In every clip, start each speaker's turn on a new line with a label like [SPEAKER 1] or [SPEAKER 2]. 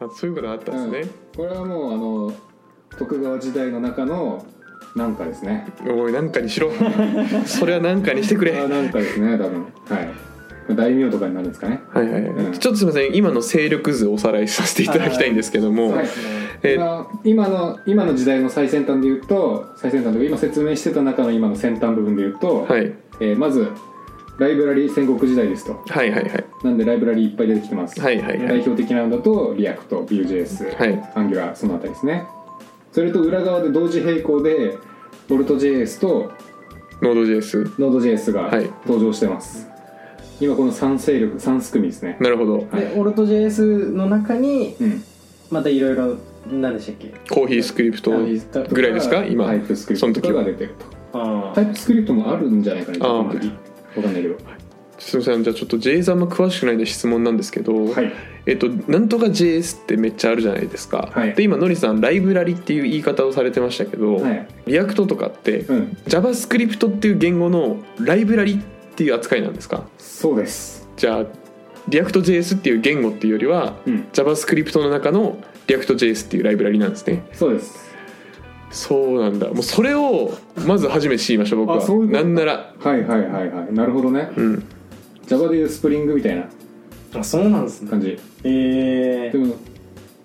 [SPEAKER 1] あそういうことあったんですね、
[SPEAKER 2] これはもうあの徳川時代の中のなんかですね
[SPEAKER 1] おいなんかにしろ それはなんかにしてく
[SPEAKER 2] こ
[SPEAKER 1] れ
[SPEAKER 2] れはなんかですね多分はい大名とかになるんですかね
[SPEAKER 1] はいはいはい、
[SPEAKER 2] うん
[SPEAKER 1] ちょっとすみません今の勢力図をおさらいさせていただきたいんですけども、
[SPEAKER 2] はい
[SPEAKER 3] ですね
[SPEAKER 1] え
[SPEAKER 2] 今今の今の時代の最先端で言うと最先端というか今説明してた中の今の先端部分で言うと、
[SPEAKER 1] はい、
[SPEAKER 2] えーまずライブラリ戦国時代ですと
[SPEAKER 1] はいはいはい
[SPEAKER 2] なんでライブラリいっぱい出てきてます、
[SPEAKER 1] はいはいはい
[SPEAKER 2] 代表的なのだとリアクト Vue.js、
[SPEAKER 1] はい
[SPEAKER 2] アンギュラーそのあたりですねそれと裏側で同時並行で Bolt.js と
[SPEAKER 1] ノード JS
[SPEAKER 2] Node.js が
[SPEAKER 1] はい
[SPEAKER 2] 登場してます、今この3勢力3すくみですね、
[SPEAKER 1] なるほど
[SPEAKER 2] はい
[SPEAKER 3] でオルト JS の中に
[SPEAKER 2] うん、
[SPEAKER 3] またいろいろ何でしたっけ
[SPEAKER 1] コーヒースクリプトぐらいですか今
[SPEAKER 2] タイプスクリ
[SPEAKER 1] その
[SPEAKER 2] プ
[SPEAKER 1] 時
[SPEAKER 2] ト
[SPEAKER 1] は
[SPEAKER 2] が出てると
[SPEAKER 3] あ
[SPEAKER 2] タイプスクリプトもあるんじゃないかな
[SPEAKER 1] あー
[SPEAKER 2] この時わかんないけど
[SPEAKER 1] すみませんじゃあちょっと JS あんま詳しくないんで質問なんですけど、
[SPEAKER 2] はい
[SPEAKER 1] えっとなんとか JS ってめっちゃあるじゃないですか、
[SPEAKER 2] はい
[SPEAKER 1] で今ノリさんライブラリっていう言い方をされてましたけど、
[SPEAKER 2] はい
[SPEAKER 1] リアクトとかって
[SPEAKER 2] うん
[SPEAKER 1] JavaScript っていう言語のライブラリっていう扱いなんですか
[SPEAKER 2] そうです
[SPEAKER 1] じゃあリアクト JS っていう言語っていうよりは
[SPEAKER 2] うん
[SPEAKER 1] JavaScript の中の React.js っていうライブラリなんですね
[SPEAKER 2] そうです
[SPEAKER 1] そうなんだもうそれをまず初めて知りました僕は
[SPEAKER 2] あそういうこと
[SPEAKER 1] なんなら
[SPEAKER 2] はいはいはいはいなるほどね
[SPEAKER 1] うん
[SPEAKER 2] Java でいうスプリングみたいな
[SPEAKER 3] あそうなんですね
[SPEAKER 2] 感じ
[SPEAKER 3] ええ
[SPEAKER 2] でも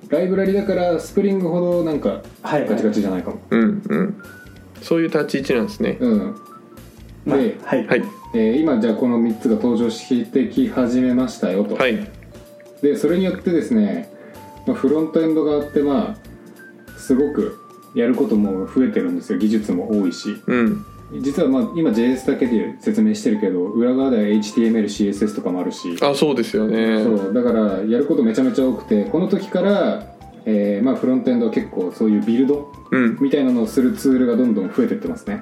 [SPEAKER 2] ライブラリだからスプリングほどなんか
[SPEAKER 3] はいはい
[SPEAKER 2] ガチガチじゃないかも
[SPEAKER 1] うんうんそういう立ち位置なんですね
[SPEAKER 2] うん
[SPEAKER 3] まあ
[SPEAKER 2] で、
[SPEAKER 3] はい
[SPEAKER 1] はい
[SPEAKER 2] えー今じゃあこの3つが登場してき始めましたよと、
[SPEAKER 1] はい
[SPEAKER 2] でそれによってですねまあフロントエンド側ってまあすごくやることも増えてるんですよ技術も多いし
[SPEAKER 1] うん
[SPEAKER 2] 実はまあ今 JS だけで説明してるけど裏側では HTMLCSS とかもあるし
[SPEAKER 1] あそうですよね
[SPEAKER 2] そうだからやることめちゃめちゃ多くてこの時から、えーまあフロントエンドは結構そういうビルド
[SPEAKER 1] うん
[SPEAKER 2] みたいなのをするツールがどんどん増えてってますね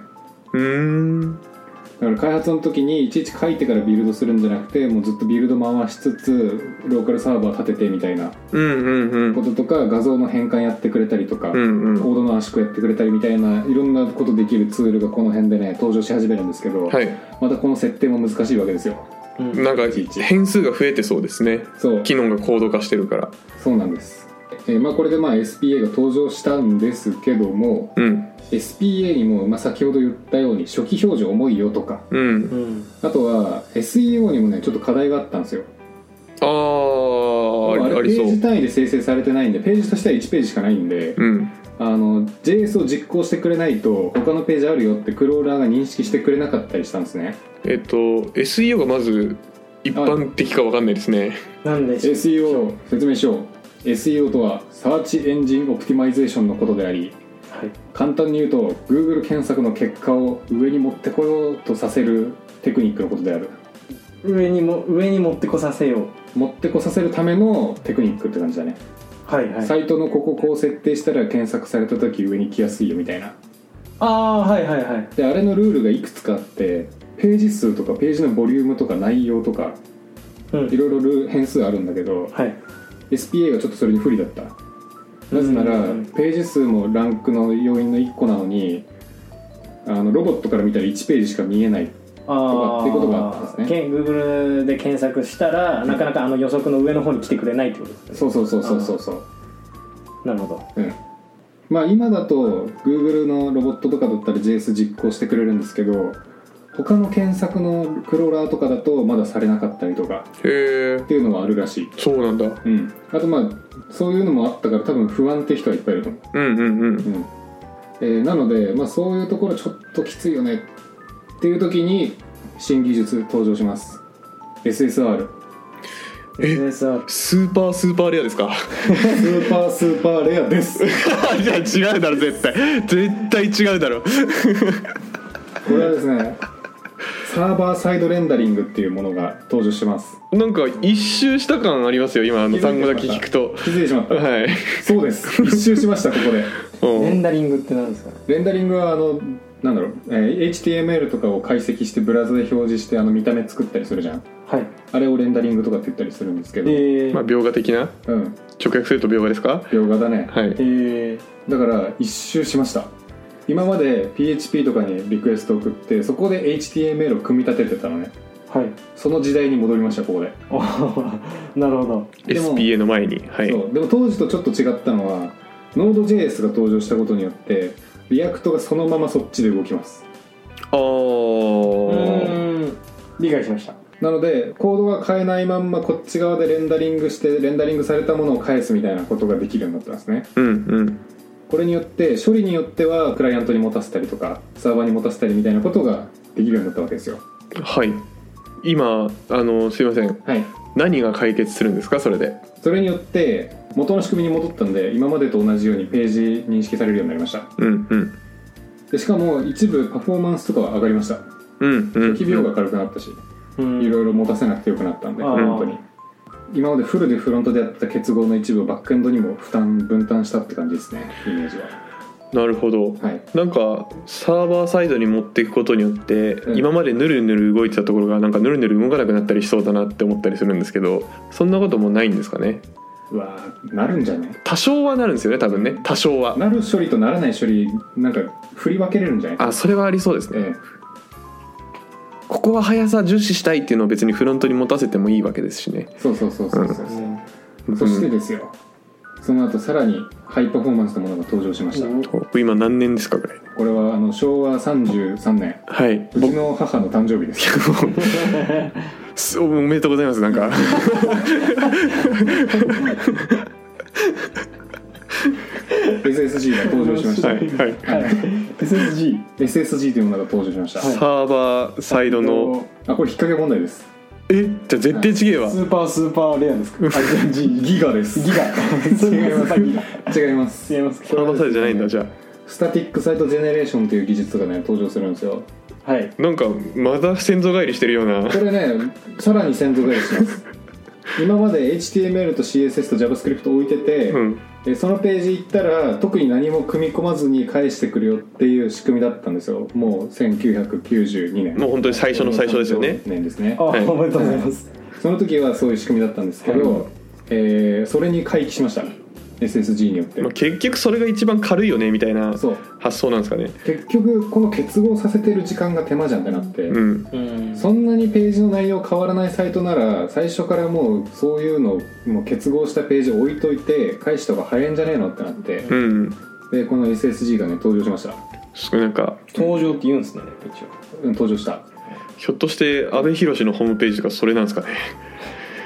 [SPEAKER 1] うーん
[SPEAKER 2] だから開発の時にいちいち書いてからビルドするんじゃなくてもうずっとビルド回しつつローカルサーバー立ててみたいな
[SPEAKER 1] うんうんう
[SPEAKER 2] こ
[SPEAKER 1] ん
[SPEAKER 2] ととか画像の変換やってくれたりとか、
[SPEAKER 1] うんうん
[SPEAKER 2] コードの圧縮やってくれたりみたいないろんなことできるツールがこの辺でね登場し始めるんですけど、
[SPEAKER 1] はい
[SPEAKER 2] またこの設定も難しいわけですよ
[SPEAKER 3] うん
[SPEAKER 1] なんか変数が増えてそうですね
[SPEAKER 2] そう
[SPEAKER 1] 機能が高度化してるから
[SPEAKER 2] そうなんです、えーまあ、これでまあ SPA が登場したんですけども
[SPEAKER 1] うん
[SPEAKER 2] SPA にもまあ先ほど言ったように初期表示重いよとか
[SPEAKER 1] うん
[SPEAKER 3] うん
[SPEAKER 2] あとは SEO にもねちょっと課題があったんですよ
[SPEAKER 1] あーあり
[SPEAKER 2] あ
[SPEAKER 1] あ
[SPEAKER 2] れ
[SPEAKER 1] りそ
[SPEAKER 2] ページ
[SPEAKER 1] う
[SPEAKER 2] 単位で生成されてないんでページとしては1ページしかないんで、
[SPEAKER 1] うん
[SPEAKER 2] あの JS を実行してくれないと他のページあるよってクローラーが認識してくれなかったりしたんですね
[SPEAKER 1] えっと SEO がまず一般的かわかんないですね
[SPEAKER 3] なんでしょう
[SPEAKER 2] SEO 説明しよう SEO とはサーチエンジンオプティマイゼーションのことであり
[SPEAKER 3] はい
[SPEAKER 2] 簡単に言うと Google 検索の結果を上に持ってこようとさせるテクニックのことである
[SPEAKER 3] 上にも上に持ってこさせよう
[SPEAKER 2] 持ってこさせるためのテクニックって感じだね、
[SPEAKER 3] はいはい
[SPEAKER 2] サイトのこここう設定したら検索された時上に来やすいよみたいな
[SPEAKER 3] ああーはいはいはい
[SPEAKER 2] であれのルールがいくつかあってページ数とかページのボリュームとか内容とか
[SPEAKER 3] うん
[SPEAKER 2] いろいろルール変数あるんだけど
[SPEAKER 3] はい
[SPEAKER 2] SPA がちょっとそれに不利だったなぜなら
[SPEAKER 3] うん
[SPEAKER 2] ページ数もランクの要因の1個なのにあのロボットから見たら1ページしか見えない
[SPEAKER 3] ああ
[SPEAKER 2] ってことがあったんですね
[SPEAKER 3] け Google で検索したら、なかなかあの予測の上の方に来てくれないってことですね
[SPEAKER 2] そうそうそうそうそうそう
[SPEAKER 3] なるほ
[SPEAKER 2] う
[SPEAKER 3] ど
[SPEAKER 2] んまあ今だと Google のロボットとかだったら JS 実行してくれるんですけど他の検索のクローラーとかだとまだされなかったりとか
[SPEAKER 1] へえ
[SPEAKER 2] っていうのはあるらしい
[SPEAKER 1] そうなんだ
[SPEAKER 2] うん、あとまあそういうのもあったから多分不安って人はいっぱいいると思
[SPEAKER 1] うんうんうん
[SPEAKER 2] う、うんえーなので、まあ、そういうところちょっときついよねっていう時に新技術登場します SSR
[SPEAKER 1] え
[SPEAKER 3] SSR
[SPEAKER 1] スーパースーパーレアです か
[SPEAKER 2] スーパースーパーレアです
[SPEAKER 1] じゃあ違うだろ絶対絶対違うだろ
[SPEAKER 2] これはですねサーバーサイドレンダリングっていうものが登場します
[SPEAKER 1] なんか一周した感ありますよ今あの単語だけ聞くと
[SPEAKER 2] 気づいてしまった
[SPEAKER 1] はい
[SPEAKER 2] そうです一周しましたここで
[SPEAKER 3] レ
[SPEAKER 1] うん
[SPEAKER 3] ンダリングって何ですか
[SPEAKER 2] レンダリングはあのなんだろう、えー HTML とかを解析してブラウザで表示してあの見た目作ったりするじゃん
[SPEAKER 3] はい
[SPEAKER 2] あれをレンダリングとかって言ったりするんですけど、
[SPEAKER 3] えー
[SPEAKER 1] まあ描画的な
[SPEAKER 2] うん
[SPEAKER 1] 直訳すると描画ですか
[SPEAKER 2] 描画だね、
[SPEAKER 1] はい
[SPEAKER 3] えー
[SPEAKER 2] だから一周しました今まで PHP とかにリクエストを送ってそこで HTML を組み立ててたのね
[SPEAKER 3] ははい
[SPEAKER 2] その時代に戻りましたここで、
[SPEAKER 3] おー なるほど
[SPEAKER 2] でも
[SPEAKER 1] SPA の前にはい
[SPEAKER 2] そうでも当時とちょっと違ったのは Node.js が登場したことによってリアクトがそのままそっちで動きます
[SPEAKER 1] あー
[SPEAKER 3] うん理解しました
[SPEAKER 2] なのでコードが変えないまんまこっち側でレンダリングしてレンダリングされたものを返すみたいなことができるようになったんですね
[SPEAKER 1] うんうん
[SPEAKER 2] これによって処理によってはクライアントに持たせたりとかサーバーに持たせたりみたいなことができるようになったわけですよ
[SPEAKER 1] はい今あのすいません
[SPEAKER 2] はい
[SPEAKER 1] 何が解決するんですかそれで
[SPEAKER 2] それによって元の仕組みに戻ったんで今までと同じようにページ認識されるようになりました
[SPEAKER 1] うんうん
[SPEAKER 2] でしかも一部パフォーマンスとかは上がりました
[SPEAKER 1] うんうん
[SPEAKER 2] 機病が軽くなったし
[SPEAKER 3] うん
[SPEAKER 2] いろいろ持たせなくてよくなったんで
[SPEAKER 3] あー
[SPEAKER 2] フロントに今までフルでフロントでやった結合の一部をバックエンドにも負担分担したって感じですねイメージは
[SPEAKER 1] なるほど
[SPEAKER 2] はい
[SPEAKER 1] なんかサーバーサイドに持っていくことによって、
[SPEAKER 2] うん
[SPEAKER 1] 今までぬるぬる動いてたところがなんかぬるぬる動かなくなったりしそうだなって思ったりするんですけどそんなこともないんですかね
[SPEAKER 2] うわーなるんじゃない
[SPEAKER 1] 多少はなるんですよね多分ね多少は
[SPEAKER 2] なる処理とならない処理なんか振り分けれるんじゃない
[SPEAKER 1] あそれはありそうですね
[SPEAKER 2] え
[SPEAKER 1] ここは速さ重視したいっていうのを別にフロントに持たせてもいいわけですしね
[SPEAKER 2] えそうそうそうそうそう、
[SPEAKER 3] うん
[SPEAKER 2] そしてですよその後さらにハイパフォーマンスのものが登場しました、
[SPEAKER 1] うん今何年ですかぐらい
[SPEAKER 2] これはあの昭和33年
[SPEAKER 1] はいう
[SPEAKER 2] ちの母の誕生日です
[SPEAKER 1] すおめでとうございますなんか
[SPEAKER 2] SSG が登場しました、
[SPEAKER 1] はいはい
[SPEAKER 3] はい SSG
[SPEAKER 2] SSG というものが登場しました、
[SPEAKER 1] サーバーサイドの
[SPEAKER 2] あこれ引っ掛け問題です
[SPEAKER 1] えじゃあ絶対違えわ
[SPEAKER 3] スーパースーパーレアですか SSG ギ
[SPEAKER 2] ギガです
[SPEAKER 3] ガスーパースーパーギガ
[SPEAKER 2] 違います
[SPEAKER 3] 違います
[SPEAKER 1] サーバーサイドじゃないんだじゃ
[SPEAKER 2] スタティックサイトジェネレーションという技術がね登場するんですよ
[SPEAKER 3] はい
[SPEAKER 1] あなんかまだ先祖返りしてるような
[SPEAKER 2] これねさらに先祖返りします今まで HTML と CSS と JavaScript 置いてて、
[SPEAKER 1] うん
[SPEAKER 2] でそのページ行ったら特に何も組み込まずに返してくるよっていう仕組みだったんですよもう1992年
[SPEAKER 1] もう本当に最初の最初ですよね
[SPEAKER 2] 年ですね
[SPEAKER 3] あお
[SPEAKER 1] はい
[SPEAKER 3] めでとうございます
[SPEAKER 2] その時はそういう仕組みだったんですけど、
[SPEAKER 1] はい
[SPEAKER 2] えーそれに回帰しました SSG によって、
[SPEAKER 1] まあ、結局それが一番軽いよねみたいな
[SPEAKER 2] そう
[SPEAKER 1] 発想なんですかね
[SPEAKER 2] 結局この結合させてる時間が手間じゃんってなって、
[SPEAKER 1] うん
[SPEAKER 3] うん
[SPEAKER 2] そんなにページの内容変わらないサイトなら最初からもうそういうのをもう結合したページ置いといて返した方が早いんじゃねえのってなって、
[SPEAKER 1] うん
[SPEAKER 2] でこの SSG がね登場しました
[SPEAKER 1] すごいなんか
[SPEAKER 3] 登場って言うんですね一
[SPEAKER 2] う
[SPEAKER 3] 応
[SPEAKER 2] ん登場した
[SPEAKER 1] ひょっとして阿部寛のホームページとかそれなんですかね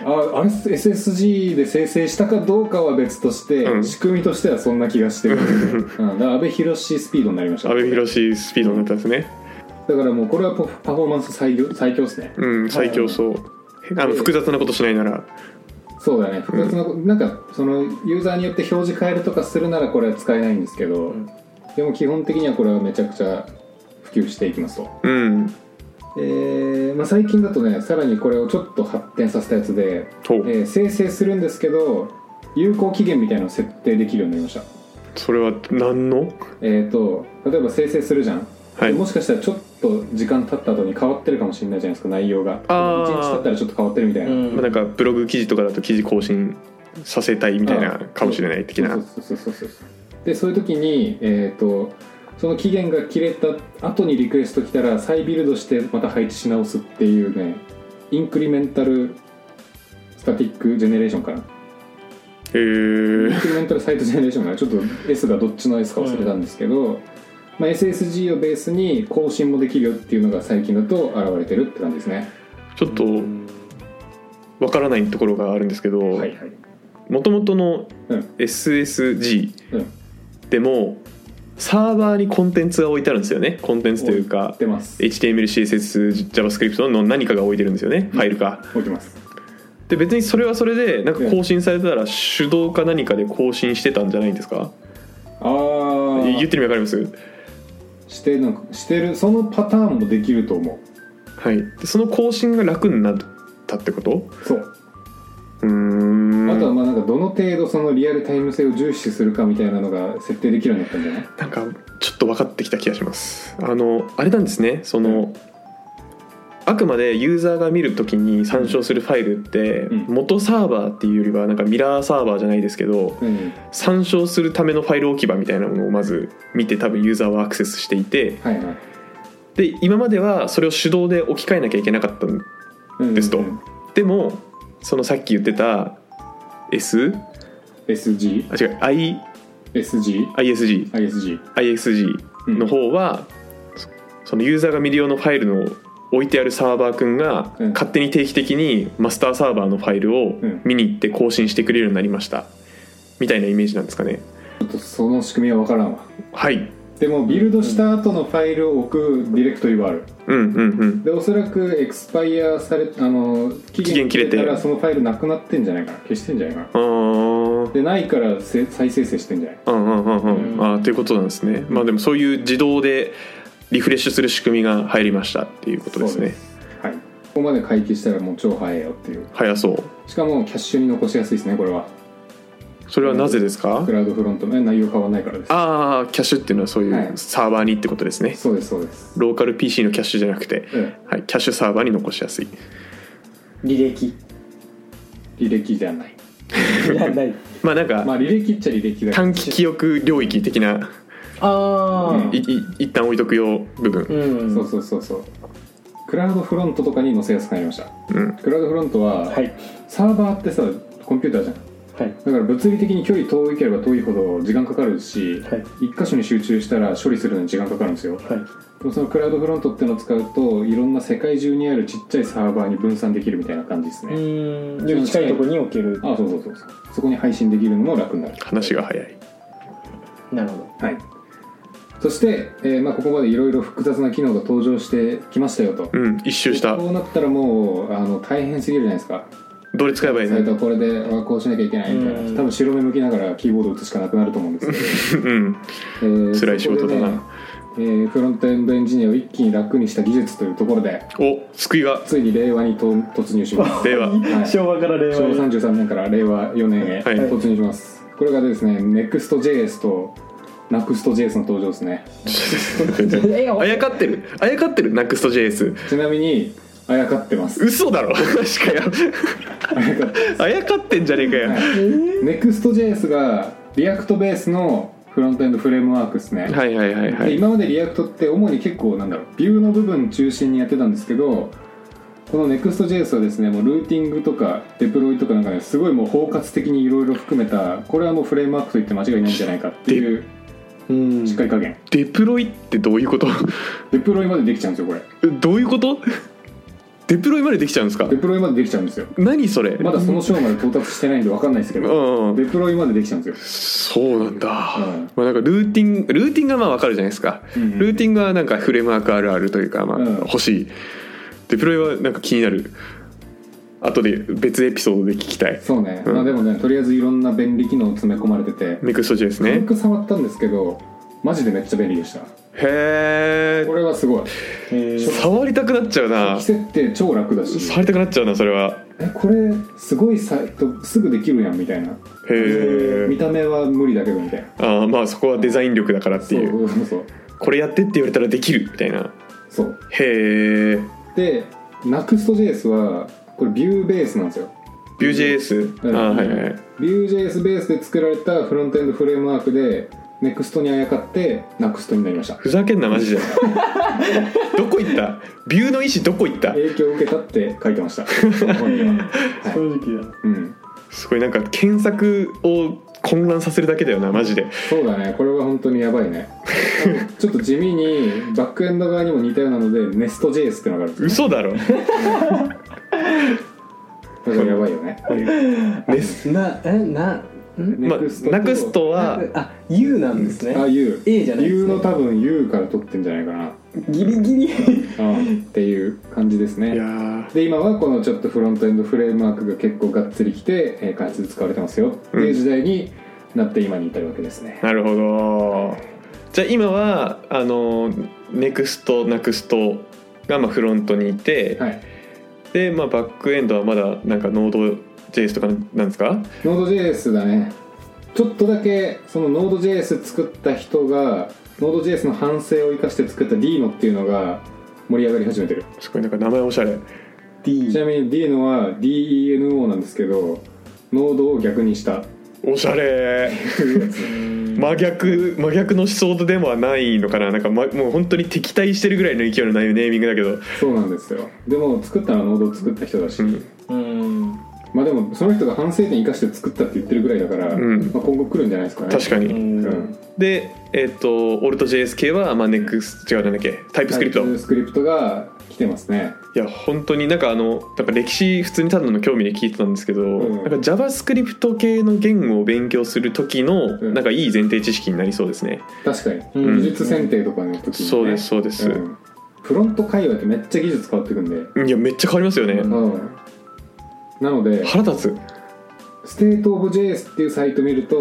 [SPEAKER 2] ああれ SSG で生成したかどうかは別として、
[SPEAKER 1] うん
[SPEAKER 2] 仕組みとしてはそんな気がしてる、うん、だから阿部寛スピードになりました
[SPEAKER 1] 阿部寛スピードになったんですね
[SPEAKER 2] だからもうこれはパフパフォーマンス最強最強ですね
[SPEAKER 1] うん最強そう、あの複雑なことしないなら
[SPEAKER 2] そうだね複雑な、なんかそのユーザーによって表示変えるとかするならこれは使えないんですけど、
[SPEAKER 3] ん
[SPEAKER 2] でも基本的にはこれはめちゃくちゃ普及していきますと、
[SPEAKER 1] うん
[SPEAKER 2] えーまあ、最近だとねさらにこれをちょっと発展させたやつで、
[SPEAKER 1] と、
[SPEAKER 2] えー生成するんですけど有効期限みたいなのを設定できるようになりました
[SPEAKER 1] それは何の
[SPEAKER 2] えー、と例えば生成するじゃん、
[SPEAKER 1] はい
[SPEAKER 2] でもしかしたらちょっと時間経った後に変わってるかもしれないじゃないですか内容が
[SPEAKER 1] あー
[SPEAKER 2] 1日経ったらちょっと変わってるみたいな、
[SPEAKER 1] まあ、なんかブログ記事とかだと記事更新させたいみたいなかもしれない的な
[SPEAKER 2] そうそうそうそうそうでそういう時に、えー、とその期限が切れた後にリクエスト来たら再ビルドしてまた配置し直すっていうねインクリメンタルスタティックジェネレーションかな
[SPEAKER 1] へ
[SPEAKER 2] イン
[SPEAKER 1] ー
[SPEAKER 2] クリメンタルサイトジェネレーションがちょっと S がどっちの S か忘れたんですけど、まあ、SSG をベースに更新もできるよっていうのが最近だと現れてるって感じですね
[SPEAKER 1] ちょっと
[SPEAKER 3] うん
[SPEAKER 1] わからないところがあるんですけど
[SPEAKER 2] はいはい
[SPEAKER 1] もともとの
[SPEAKER 2] うん
[SPEAKER 1] SSG
[SPEAKER 2] うん
[SPEAKER 1] でもサーバーにコンテンツが置いてあるんですよねコンテンツというか
[SPEAKER 2] 置いてます
[SPEAKER 1] HTMLCSSJavaScript の何かが置いてるんですよねファイルか
[SPEAKER 2] 置いてます
[SPEAKER 1] で別にそれはそれでなんか更新されたら手動か何かで更新してたんじゃないんですか
[SPEAKER 2] ああ
[SPEAKER 1] 言ってる意味わかります
[SPEAKER 2] してるのしてるそのパターンもできると思
[SPEAKER 1] はいでその更新が楽になったってこと
[SPEAKER 2] うそう
[SPEAKER 1] うーん
[SPEAKER 2] あとはまあなんかどの程度そのリアルタイム性を重視するかみたいなのが設定できるようになったんじゃない
[SPEAKER 1] なんかちょっと分かってきた気がしますあのあれなんですねその、
[SPEAKER 2] うん
[SPEAKER 1] あくまでユーザーが見るときに参照するファイルって
[SPEAKER 2] うん
[SPEAKER 1] 元サーバーっていうよりはなんかミラーサーバーじゃないですけど
[SPEAKER 2] うん
[SPEAKER 1] 参照するためのファイル置き場みたいなものをまず見て多分ユーザーはアクセスしていて
[SPEAKER 2] はいはい
[SPEAKER 1] で今まではそれを手動で置き換えなきゃいけなかったん
[SPEAKER 2] うん
[SPEAKER 1] ですと、
[SPEAKER 2] うん
[SPEAKER 1] でもそのさっき言ってた S あ違う
[SPEAKER 2] SGSGISG
[SPEAKER 1] IISGISG の方は、そそのユーザーが見る用のファイルの置いてあるサーバーくんが
[SPEAKER 2] うん
[SPEAKER 1] 勝手に定期的にマスターサーバーのファイルを
[SPEAKER 2] ん
[SPEAKER 1] 見に行って更新してくれるようになりましたみたいなイメージなんですかね
[SPEAKER 2] ちょっとその仕組みは分からんわ
[SPEAKER 1] はい
[SPEAKER 2] でもビルドした後のファイルを置くディレクトリはある
[SPEAKER 1] うんうんうん
[SPEAKER 2] でおそらくエクスパイアされあの期
[SPEAKER 1] 期限切れて
[SPEAKER 2] たらそのファイルなくなってんじゃないかな消してんじゃないかな
[SPEAKER 1] あー
[SPEAKER 2] でないからせ再生成してんじゃない
[SPEAKER 1] うんうんうんうん
[SPEAKER 3] うん
[SPEAKER 1] あーということなんですねまあでもそういう自動でリフレッシュする仕組みが入りましたっていうことです
[SPEAKER 2] そう
[SPEAKER 1] ね
[SPEAKER 2] ですはいここまで回帰したらもう超早いよっていう
[SPEAKER 1] 早そう
[SPEAKER 2] しかもキャッシュに残しやすいですねこれは
[SPEAKER 1] それはなぜですか
[SPEAKER 2] クラウドフロントの内容変わらないからです
[SPEAKER 1] ああキャッシュっていうのはそうい
[SPEAKER 2] はいう
[SPEAKER 1] サーバーにってことですね、
[SPEAKER 2] そうですそうです
[SPEAKER 1] ローカル PC のキャッシュじゃなくて、
[SPEAKER 2] え
[SPEAKER 1] はい、キャッシュサーバーに残しやすい
[SPEAKER 3] 履歴
[SPEAKER 2] え履歴じゃない
[SPEAKER 3] いやない
[SPEAKER 1] まあなんか、
[SPEAKER 2] まあ履歴っちゃ履歴だけど
[SPEAKER 1] 短期記憶領域的な
[SPEAKER 3] あ
[SPEAKER 2] うん
[SPEAKER 1] いい一旦置いとくよ部分、
[SPEAKER 3] うん
[SPEAKER 2] そうそうそうそうクラウドフロントとかに載せやすくなりました
[SPEAKER 1] うん、
[SPEAKER 2] クラウドフロントは、
[SPEAKER 3] はい
[SPEAKER 2] サーバーってさコンピューターじゃん
[SPEAKER 3] はい
[SPEAKER 2] だから物理的に距離遠いければ遠いほど時間かかるし、
[SPEAKER 3] はい
[SPEAKER 2] 一箇所に集中したら処理するのに時間かかるんですよ
[SPEAKER 3] はい
[SPEAKER 2] でもそのクラウドフロントってのを使うといろんな世界中にあるちっちゃいサーバーに分散できるみたいな感じですね、
[SPEAKER 3] うんより近いところに置ける
[SPEAKER 2] あそうそうそうそうそこに配信できるのも楽になる
[SPEAKER 1] 話が早い
[SPEAKER 3] なるほど
[SPEAKER 2] はいそして、えーまあ、ここまでいろいろ複雑な機能が登場してきましたよと、
[SPEAKER 1] うん一周した
[SPEAKER 2] こうなったらもうあの大変すぎるじゃないですか
[SPEAKER 1] どれ使えばいい
[SPEAKER 2] サイト
[SPEAKER 1] の
[SPEAKER 2] はこれであこうしなきゃいけないみたい
[SPEAKER 3] うん
[SPEAKER 2] な多分白目向きながらキーボード打つしかなくなると思うんですけど
[SPEAKER 1] うん
[SPEAKER 2] えー
[SPEAKER 1] 辛い仕事だな
[SPEAKER 2] そこでねえーフロントエンドエンジニアを一気に楽にした技術というところで
[SPEAKER 1] お救いが
[SPEAKER 2] ついに令和にと突入 します
[SPEAKER 1] 令和は
[SPEAKER 2] はい
[SPEAKER 3] 昭和から令和
[SPEAKER 2] 昭和33年から令和4年へ
[SPEAKER 1] はい
[SPEAKER 2] 突入します、これがですね NEXTJS と NEXTJS の登場ですね
[SPEAKER 1] あやかってるあやかってる NEXTJS
[SPEAKER 2] ちなみにあやかってます
[SPEAKER 1] 嘘だろ確かに
[SPEAKER 2] あやかっ て
[SPEAKER 1] あやかってんじゃねえかよ、
[SPEAKER 2] はい NEXTJS がリアクトベースのフロントエンドフレームワークですね、
[SPEAKER 1] はいはいはいは
[SPEAKER 2] で
[SPEAKER 1] い
[SPEAKER 2] 今までリアクトって主に結構なんだろうビューの部分中心にやってたんですけどこの NEXTJS はですねもうルーティングとかデプロイとかなんかねすごいもう包括的にいろいろ含めたこれはもうフレームワークといって間違いないんじゃないかっていう
[SPEAKER 3] うん
[SPEAKER 2] しっかり加減
[SPEAKER 1] デプロイってどういうこと
[SPEAKER 2] デプロイまでできちゃうんですよこれ
[SPEAKER 1] どういうことデプロイまでできちゃうんですか
[SPEAKER 2] デプロイまでできちゃうんですよ
[SPEAKER 1] 何それ、
[SPEAKER 2] まだその章まで到達してないんで分かんないですけど
[SPEAKER 1] うん
[SPEAKER 2] デプロイまでできちゃうんですよ
[SPEAKER 1] そうなんだ、
[SPEAKER 2] ん
[SPEAKER 1] まあ、なんかルーティングルーティングがまあわかるじゃないですか、
[SPEAKER 2] うん
[SPEAKER 1] ルーティングはなんかフレームワークあるあるというかまあ
[SPEAKER 2] うん
[SPEAKER 1] 欲しい、デプロイはなんか気になる後で別エピソードで聞きたい
[SPEAKER 2] そうね、
[SPEAKER 1] うん
[SPEAKER 2] まあでもねとりあえずいろんな便利機能詰め込まれてて
[SPEAKER 1] ネクスト J です
[SPEAKER 2] 軽
[SPEAKER 1] ね
[SPEAKER 2] く触ったんですけどマジでめっちゃ便利でした
[SPEAKER 1] へ
[SPEAKER 2] これはすごい
[SPEAKER 1] え
[SPEAKER 3] えー
[SPEAKER 1] 触りたくなっちゃうな
[SPEAKER 2] 規設定超楽だし
[SPEAKER 1] 触りたくなっちゃうなそれは
[SPEAKER 2] えこれすごいサイトすぐできるやんみたいな
[SPEAKER 1] へ
[SPEAKER 2] 見
[SPEAKER 1] え
[SPEAKER 2] た目は無理だけどみたいな
[SPEAKER 1] あーまあそこはデザイン力だからって
[SPEAKER 2] そ
[SPEAKER 1] いうう
[SPEAKER 2] そうそう
[SPEAKER 1] これやってって言われたらできるみたいな
[SPEAKER 2] そう
[SPEAKER 1] へえ
[SPEAKER 2] で NEXTJS はこれビューベースなんですよ
[SPEAKER 1] Vue.js、
[SPEAKER 2] うん
[SPEAKER 1] あーはいはいはい
[SPEAKER 2] ビュー JS ベースで作られたフロントエンドフレームワークで NEXT にあやかって NEXT になりました
[SPEAKER 1] ふざけんなマジでどこ行ったビューの意思どこ行った
[SPEAKER 2] 影響を受けたって書いてました本には、はい
[SPEAKER 3] 正直だ
[SPEAKER 2] うん、
[SPEAKER 1] すごいなんか検索を混乱させるだけだよなマジで
[SPEAKER 2] そうだねこれは本当にやばいねちょっと地味にバックエンド側にも似たようなので NESTJS ってのがあるんですよ
[SPEAKER 1] 嘘だろ
[SPEAKER 2] だからやばいよね
[SPEAKER 1] です
[SPEAKER 3] なえなうん
[SPEAKER 1] まあ
[SPEAKER 2] NEXT と
[SPEAKER 1] ナクストは
[SPEAKER 3] あ U なんですね
[SPEAKER 2] あ U
[SPEAKER 3] A じゃないですね
[SPEAKER 2] U の多分 U から取ってんじゃないかな、
[SPEAKER 3] ギリギリ
[SPEAKER 2] うん、っていう感じです
[SPEAKER 1] いや
[SPEAKER 2] ね
[SPEAKER 1] ー
[SPEAKER 2] で今はこのちょっとフロントエンドフレームワークが結構がっつりきて、えー開発で使われてますよっていう時代になって今に至るわけですね、
[SPEAKER 1] なるほどじゃあ今はあのネクストナクストがまあフロントにいて、
[SPEAKER 2] はい
[SPEAKER 1] で、まあ、バックエンドはまだなんかノード JS とかなんですか
[SPEAKER 2] Node.js だねちょっとだけその Node.js 作った人が Node.js の反省を生かして作った Dino っていうのが盛り上がり始めてる
[SPEAKER 1] すごいなんか名前おしゃれ
[SPEAKER 3] D
[SPEAKER 2] ちなみに Dino は DENO なんですけどノードを逆にした
[SPEAKER 1] おしゃれ
[SPEAKER 2] というやつ
[SPEAKER 1] 真逆真逆の思想でもはないのかななんか、ま、もう本当に敵対してるぐらいの勢いのないネーミングだけど、
[SPEAKER 2] そうなんですよでも作ったのはノードを作った人だし、
[SPEAKER 1] うん、
[SPEAKER 3] うん
[SPEAKER 2] まあでもその人が反省点生かして作ったって言ってるぐらいだから、
[SPEAKER 1] うん
[SPEAKER 2] まあ、今後来るんじゃないですかね
[SPEAKER 1] 確か
[SPEAKER 3] う
[SPEAKER 1] に、
[SPEAKER 3] ん
[SPEAKER 2] うん
[SPEAKER 1] でえっ、とオルト JS 系は、まあ、ネックス違うなんだっけタイプスクリプト、
[SPEAKER 2] スクリプトが来てますね
[SPEAKER 1] いや本当になんかあのなんか歴史普通にただの興味で聞いてたんですけど、
[SPEAKER 2] ん
[SPEAKER 1] なんか JavaScript 系の言語を勉強する時の、
[SPEAKER 2] うん
[SPEAKER 1] なんかいい前提知識になりそうですね、
[SPEAKER 2] 確かに、
[SPEAKER 3] うん
[SPEAKER 2] 技術選定とかの時に、ね、
[SPEAKER 1] そうですそうです、
[SPEAKER 2] うんフロント界隈ってめっちゃ技術変わってくんで、
[SPEAKER 1] いやめっちゃ変わりますよね、
[SPEAKER 3] うん
[SPEAKER 2] うんなので
[SPEAKER 1] 腹立つ
[SPEAKER 2] ステートオブ JS っていうサイト見ると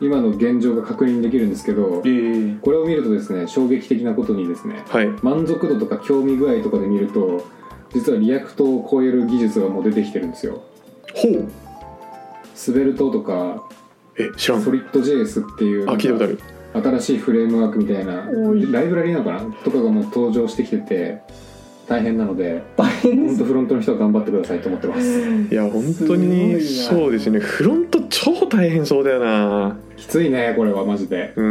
[SPEAKER 2] 今の現状が確認できるんですけど
[SPEAKER 3] ええ
[SPEAKER 2] これを見るとですね衝撃的なことにですね
[SPEAKER 1] はい
[SPEAKER 2] 満足度とか興味具合とかで見ると実はリアクトを超える技術がもう出てきてるんですよ
[SPEAKER 1] ほう
[SPEAKER 2] スベルトとか
[SPEAKER 1] え知らん
[SPEAKER 2] ソリッド JS っていう
[SPEAKER 1] あ聞いたことある
[SPEAKER 2] 新しいフレームワークみたいな
[SPEAKER 3] おい
[SPEAKER 2] ライブラリなのかなとかがもう登場してきてて大変なので
[SPEAKER 3] 大変で
[SPEAKER 2] 本
[SPEAKER 3] す
[SPEAKER 2] 当フロントの人は頑張ってくださいと思ってます
[SPEAKER 1] いや本当に
[SPEAKER 3] すごいな
[SPEAKER 1] そうですねフロント超大変そうだよな
[SPEAKER 2] きついねこれはマジで
[SPEAKER 1] うーん
[SPEAKER 2] う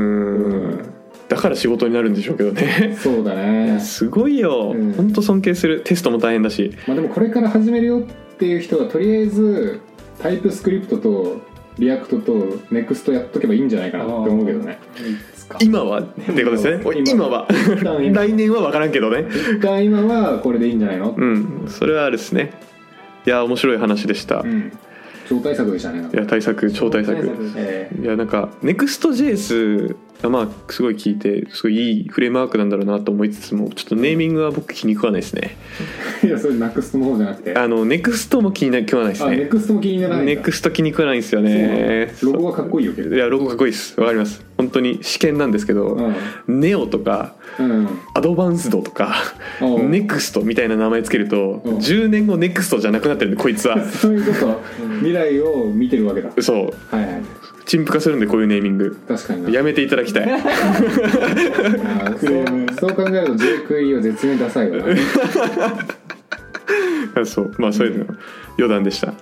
[SPEAKER 2] ん
[SPEAKER 1] だから仕事になるんでしょうけどね
[SPEAKER 2] そうだね
[SPEAKER 1] すごいよ、
[SPEAKER 2] うん
[SPEAKER 1] 本当尊敬するテストも大変だし
[SPEAKER 2] まあでもこれから始めるよっていう人はとりあえずタイプスクリプトとリアクトとネクストやっとけばいいんじゃないかなって思うけどね
[SPEAKER 3] いいですか
[SPEAKER 1] 今はってことですよねおい今
[SPEAKER 2] 今
[SPEAKER 1] は
[SPEAKER 2] 一 旦今
[SPEAKER 1] 来年は分からんけどね
[SPEAKER 2] 一旦今はこれでいいんじゃないの、
[SPEAKER 1] うんそれはあれですねいや面白い話でした、
[SPEAKER 2] う
[SPEAKER 1] い
[SPEAKER 2] ん、超対策でしたねなんか
[SPEAKER 1] や対策超対策
[SPEAKER 2] え
[SPEAKER 1] いやなんか NEXTJS がまあすごい聞いてすごいいいフレームワークなんだろうなと思いつつもちょっとネーミングは僕気に食わないですね
[SPEAKER 2] ー いやそれなくすの方じゃなくてあ
[SPEAKER 1] あの NEXT も気に食わないです
[SPEAKER 2] ネ
[SPEAKER 1] ね
[SPEAKER 2] クストも気にならないんだ
[SPEAKER 1] ネクスト気に食わないんですよね
[SPEAKER 2] ロゴはかっこいいよけ
[SPEAKER 1] い
[SPEAKER 2] ど
[SPEAKER 1] やロゴかっこいいですわかります本当に試験なんですけ
[SPEAKER 2] う
[SPEAKER 1] ど、
[SPEAKER 2] ん
[SPEAKER 1] ネオとか
[SPEAKER 2] うん
[SPEAKER 1] アドバンスドとか、
[SPEAKER 2] おう
[SPEAKER 1] ネクストみたいな名前つけると、
[SPEAKER 2] うん
[SPEAKER 1] 10年後ネクストじゃなくなってるんでこいつは
[SPEAKER 2] そういうこと未来を見てるわけだ
[SPEAKER 1] そう
[SPEAKER 2] はいはい
[SPEAKER 1] 陳腐化するんでこういうネーミング
[SPEAKER 2] 確かにな
[SPEAKER 1] やめていただきたい
[SPEAKER 2] あーそうそう考えると J クイを絶妙にダサいわなはい
[SPEAKER 1] そうまあそういうの余談でしたい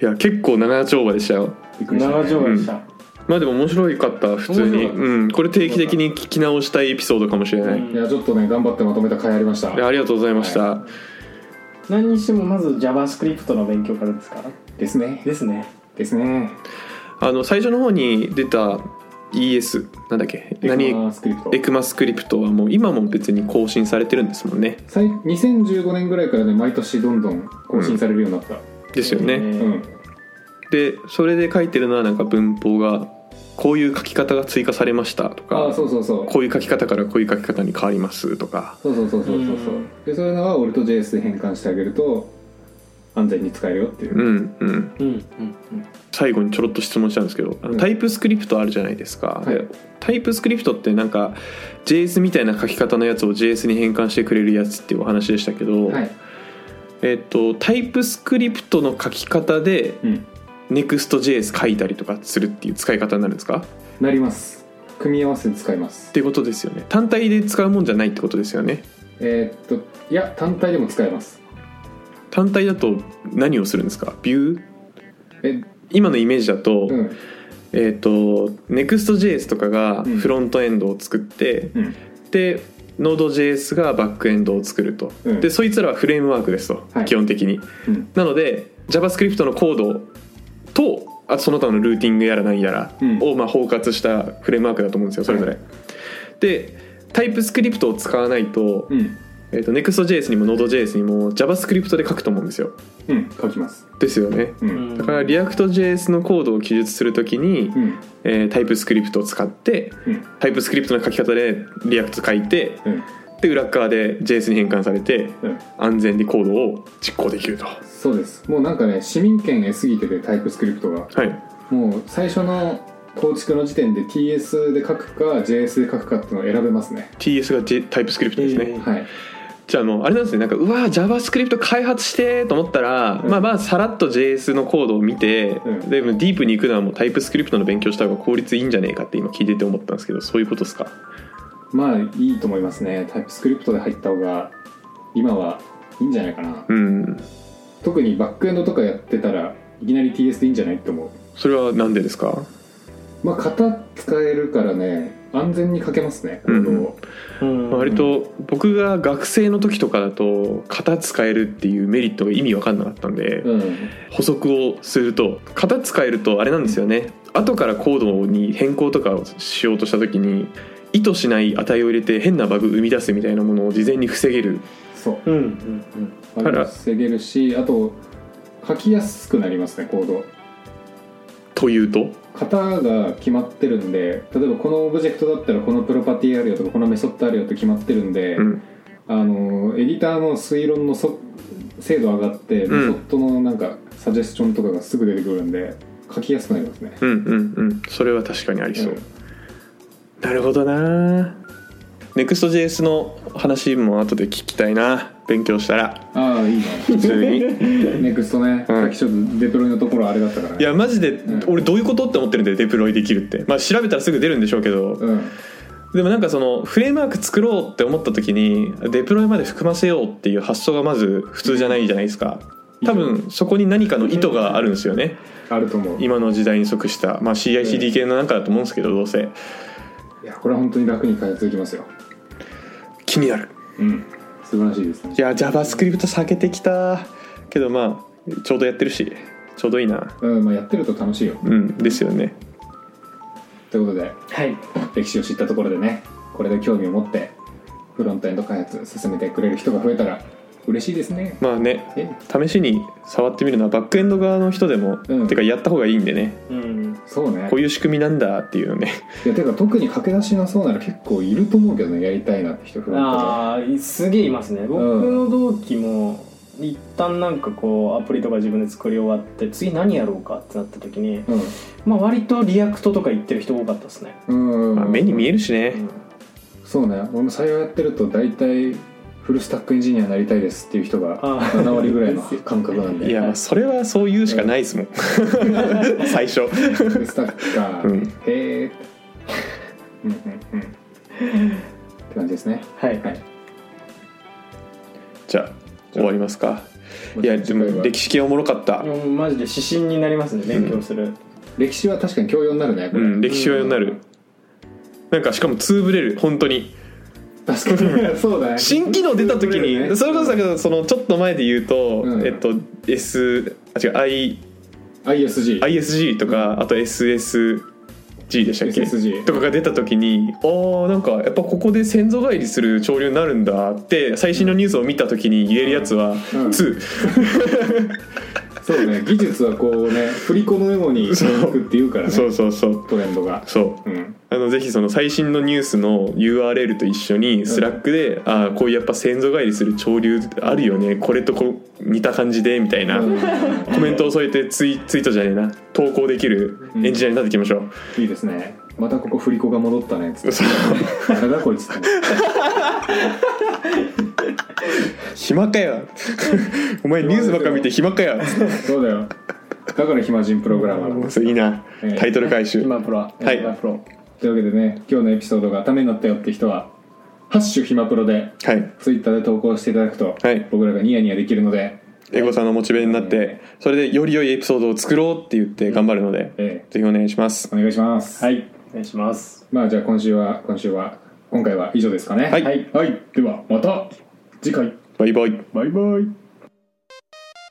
[SPEAKER 1] や結構長丁場でしたよ
[SPEAKER 2] びっくりしたね
[SPEAKER 3] 長丁場でした、
[SPEAKER 1] まあでも面白かった普通
[SPEAKER 3] 面
[SPEAKER 1] に
[SPEAKER 3] 白かった
[SPEAKER 1] うんこれ定期的に聞き直したいエピソードかもしれない、
[SPEAKER 3] うん
[SPEAKER 2] いやちょっとね頑張ってまとめた回ありました
[SPEAKER 1] いやありがとうございました、
[SPEAKER 3] 何にしてもまず JavaScript の勉強からですから
[SPEAKER 2] ですね
[SPEAKER 3] ですね
[SPEAKER 2] ですね
[SPEAKER 1] あの最初の方に出た ES なんだっけ
[SPEAKER 2] エク
[SPEAKER 1] 何
[SPEAKER 2] マスクリプト
[SPEAKER 1] エクマスクリプトはもう今も別に更新されてるんですもんね
[SPEAKER 2] 最2015年ぐらいからね毎年どんどん更新されるようになった
[SPEAKER 1] ですよ
[SPEAKER 3] え
[SPEAKER 1] ね
[SPEAKER 2] うん、
[SPEAKER 3] ー
[SPEAKER 1] でそれで書いてるのはなんか文法がこういう書き方が追加されましたと
[SPEAKER 2] ああ
[SPEAKER 1] か
[SPEAKER 2] そうそうそう
[SPEAKER 1] こういう書き方からこういう書き方に変わりますとか
[SPEAKER 2] そうそうそうそうそうそううんでそういうのはオルト JS で変換してあげると安全に使えるよっていううん
[SPEAKER 1] うん
[SPEAKER 3] うんうん
[SPEAKER 1] 最後にちょろっと質問したんですけどあの
[SPEAKER 2] うん
[SPEAKER 1] タイプスクリプトあるじゃないですか、
[SPEAKER 2] はい
[SPEAKER 1] でタイプスクリプトってなんか JS みたいな書き方のやつを JS に変換してくれるやつっていうお話でしたけど、
[SPEAKER 2] はい
[SPEAKER 1] えっとタイプスクリプトの書き方で
[SPEAKER 2] うん
[SPEAKER 1] NEXTJS 書いたりとかするっていう使い方になるんですかっ
[SPEAKER 2] なります組み合わせて使います
[SPEAKER 1] ていうことですよね単体で使うもんじゃないってことですよね
[SPEAKER 2] えーっといや単体でも使えます
[SPEAKER 1] 単体だと何をするんですかビュー
[SPEAKER 2] え
[SPEAKER 1] 今のイメージだと、
[SPEAKER 2] うん
[SPEAKER 1] えっ、と NEXTJS とかが
[SPEAKER 2] うん
[SPEAKER 1] フロントエンドを作って、
[SPEAKER 2] うん
[SPEAKER 1] で Node.js がバックエンドを作ると、
[SPEAKER 2] うん
[SPEAKER 1] でそいつらはフレームワークですと、
[SPEAKER 2] はい
[SPEAKER 1] 基本的に
[SPEAKER 2] うん
[SPEAKER 1] なので JavaScript のコードとあとその他のルーティングやら何やら
[SPEAKER 2] うん
[SPEAKER 1] をまあ包括したフレームワークだと思うんですよそれぞれ、でタイプスクリプトを使わないと,、
[SPEAKER 2] うん
[SPEAKER 1] えー、と NEXTJS にも Node.js にも JavaScript で書くと思うんですよ
[SPEAKER 2] うん書きます
[SPEAKER 1] ですよね
[SPEAKER 2] うん、
[SPEAKER 3] うん
[SPEAKER 1] だから React.js のコードを記述するときに、
[SPEAKER 2] うん
[SPEAKER 1] えータイプスクリプトを使って
[SPEAKER 2] うん
[SPEAKER 1] タイプスクリプトの書き方で React 書いて
[SPEAKER 2] うん
[SPEAKER 1] で裏側で JS に変換されて
[SPEAKER 2] うん
[SPEAKER 1] 安全にコードを実行できるとは
[SPEAKER 2] そうですもうなんかね市民権得すぎててタイプスクリプトが
[SPEAKER 1] い
[SPEAKER 2] もう最初の構築の時点で TS で書くか JS で書くかっていうのを選べますね
[SPEAKER 1] TS が、J、タイプスクリプトですね、
[SPEAKER 3] えー
[SPEAKER 2] はい
[SPEAKER 1] じゃあもうあれなんですねなんかうわー JavaScript 開発してーと思ったら、
[SPEAKER 2] うん
[SPEAKER 1] まあまあさらっと JS のコードを見て、
[SPEAKER 2] うん
[SPEAKER 1] でもディープに行くのはもうタイプスクリプトの勉強した方が効率いいんじゃねえかって今聞いてて思ったんですけどそういうことですか
[SPEAKER 2] まあいいと思いますねタイプスクリプトで入った方が今はいいんじゃないかな
[SPEAKER 1] うん
[SPEAKER 2] 特にバックエンドとかやってたらいきなり TS でいいんじゃないって思う
[SPEAKER 1] それはなんでですか
[SPEAKER 2] まあ型使えるからね安全に書けますねコードを、
[SPEAKER 3] うん
[SPEAKER 1] 割と僕が学生の時とかだと型使えるっていうメリットが意味わかんなかったんで
[SPEAKER 2] うん
[SPEAKER 1] 補足をすると型使えるとあれなんですよね後からコードに変更とかをしようとした時に意図しない値を入れて変なバグ生み出すみたいなものを事前に防げる
[SPEAKER 2] そう
[SPEAKER 3] うんうんうん
[SPEAKER 1] から
[SPEAKER 2] あれ防げるしあと書きやすくなりますねコード
[SPEAKER 1] というと
[SPEAKER 2] 型が決まってるんで例えばこのオブジェクトだったらこのプロパティあるよとかこのメソッドあるよって決まってるんで、
[SPEAKER 1] うん
[SPEAKER 2] あのエディターの推論のそ精度上がってメソ
[SPEAKER 1] うん
[SPEAKER 2] ッドのなんかサジェスションとかがすぐ出てくるんで書きやすくなりますね、
[SPEAKER 1] うんうんうんそれは確かにありそう、
[SPEAKER 2] うん
[SPEAKER 1] なるほどな NEXTJS の話も後で聞きたいな勉強したら
[SPEAKER 2] あ あいい
[SPEAKER 1] 普通 に
[SPEAKER 2] ねネクストね、
[SPEAKER 1] うん
[SPEAKER 2] さっきちょっとデプロイのところあれだったからね
[SPEAKER 1] いやマジで
[SPEAKER 2] うん
[SPEAKER 1] 俺どういうことって思ってるんでデプロイできるってまあ調べたらすぐ出るんでしょうけど
[SPEAKER 2] うん
[SPEAKER 1] でもなんかそのフレームワーク作ろうって思った時にデプロイまで含ませようっていう発想がまず普通じゃないじゃないですか多分そこに何かの意図があるんですよね
[SPEAKER 2] あると思うい
[SPEAKER 1] 今の時代に即した、まあ、CICD 系のなんかだと思うんですけどどうせ
[SPEAKER 2] やこれは本当に楽に開発できますよ
[SPEAKER 1] 気になる
[SPEAKER 2] うん素晴らしいですね
[SPEAKER 1] いや JavaScript 避けてきたけどまあちょうどやってるしちょうどいいな
[SPEAKER 2] うんまあ、やってると楽しいよ
[SPEAKER 1] うんですよね
[SPEAKER 2] ということで
[SPEAKER 3] はい
[SPEAKER 2] 歴史を知ったところでねこれで興味を持ってフロントエンド開発進めてくれる人が増えたら嬉しいですね
[SPEAKER 1] まあね
[SPEAKER 2] え
[SPEAKER 1] 試しに触ってみるのはバックエンド側の人でも、
[SPEAKER 2] うん
[SPEAKER 1] てかやった方がいいんでね
[SPEAKER 3] うん
[SPEAKER 2] そうね
[SPEAKER 1] こういう仕組みなんだっていうのね
[SPEAKER 2] いやてか特に駆け出しなそうなら結構いると思うけどねやりたいなって人フロント
[SPEAKER 3] ああすげえいますね僕の同期も一旦なんかこうアプリとか自分で作り終わって次何やろうかってなった時
[SPEAKER 2] で
[SPEAKER 3] にまあ割とリアクトとか言ってる人多かったですね、
[SPEAKER 2] うん、うん
[SPEAKER 1] まあ目に見えるし
[SPEAKER 3] う
[SPEAKER 1] ね
[SPEAKER 3] ん
[SPEAKER 2] そうね俺も採用やってると大体フルスタックエンジニアになりたいですっていう人が
[SPEAKER 3] あー
[SPEAKER 2] 7割ぐらい の感覚なん
[SPEAKER 1] い
[SPEAKER 2] で
[SPEAKER 1] やまあそれはそう言うしかないで すもん最初
[SPEAKER 2] フルスタックか、
[SPEAKER 1] うん
[SPEAKER 2] へえうんうんうんって感じですね
[SPEAKER 3] はい
[SPEAKER 2] はい
[SPEAKER 1] じゃあ終わりますかいやでも歴史系おもろかった
[SPEAKER 3] いやもうマジで指針になりますね勉強する、
[SPEAKER 2] 歴史は確かに教養になるねこ
[SPEAKER 1] う
[SPEAKER 2] れ、
[SPEAKER 1] ん歴史はになるなんかしかもつぶれる本当に
[SPEAKER 2] 確か にそうだね
[SPEAKER 1] 新機能出た時にそれこそだけどそのちょっと前で言うと、
[SPEAKER 2] うん
[SPEAKER 1] えっと S あ違う I
[SPEAKER 2] ISG
[SPEAKER 1] ISG とか、あと SSG でしたっけ
[SPEAKER 2] SSG
[SPEAKER 1] とかが出た時にあーなんかやっぱここで先祖返りする潮流になるんだって最新のニュースを見た時に言えるやつは
[SPEAKER 2] うん
[SPEAKER 1] 2、
[SPEAKER 2] そうね技術はこうね振り子のように
[SPEAKER 1] そう
[SPEAKER 2] 続くっていうからね
[SPEAKER 1] そうそうそう
[SPEAKER 2] トレンドが
[SPEAKER 1] そう
[SPEAKER 2] うん
[SPEAKER 1] あのぜひその最新のニュースの URL と一緒にスラックで、ああこういうやっぱ先祖返りする潮流あるよねこれとこう似た感じでみたいな、
[SPEAKER 2] うん
[SPEAKER 1] コメントを添えてツイツイートじゃねえな投稿できるエンジニアになっていきましょう、
[SPEAKER 2] いいですねまたここ振り子が戻ったねつって
[SPEAKER 1] そう
[SPEAKER 2] あれだこいつって
[SPEAKER 1] 暇か よお前ニュースばっか見て暇かよ
[SPEAKER 2] そうだよだから暇人プログラマーなの
[SPEAKER 1] そういいな
[SPEAKER 2] ええ
[SPEAKER 1] タイトル回収
[SPEAKER 3] 今プロは
[SPEAKER 1] はい
[SPEAKER 3] 今プロ
[SPEAKER 2] というわけでね今日のエピソードがためになったよって人は「ハッシュ暇プロ」で
[SPEAKER 1] はい
[SPEAKER 2] ツイッターで投稿していただくと、
[SPEAKER 1] はい
[SPEAKER 2] 僕らがニヤニヤできるので、
[SPEAKER 1] エゴさんのモチベになっ
[SPEAKER 2] え
[SPEAKER 1] てそれでより良いエピソードを作ろうって言って頑張るので、
[SPEAKER 2] え
[SPEAKER 1] ぜひお願いします
[SPEAKER 2] えお願いします
[SPEAKER 3] はいお願いします
[SPEAKER 2] まあじゃあ今週は今週は今回は以上ですかね
[SPEAKER 1] はい
[SPEAKER 2] はいではまた次回
[SPEAKER 1] バイバイ
[SPEAKER 2] バイバイ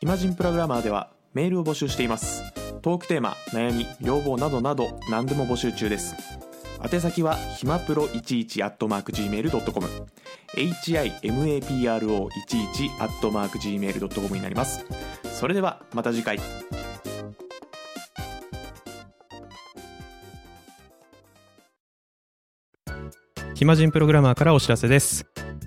[SPEAKER 4] イマジンプログラマーではメールを募集していますトークテーマ悩み要望などなど何でも募集中です宛先はひまプロ11 at mark gmail.com himapro11 at mark gmail.com になりますそれではまた次回
[SPEAKER 5] 暇人プログラマーからお知らせです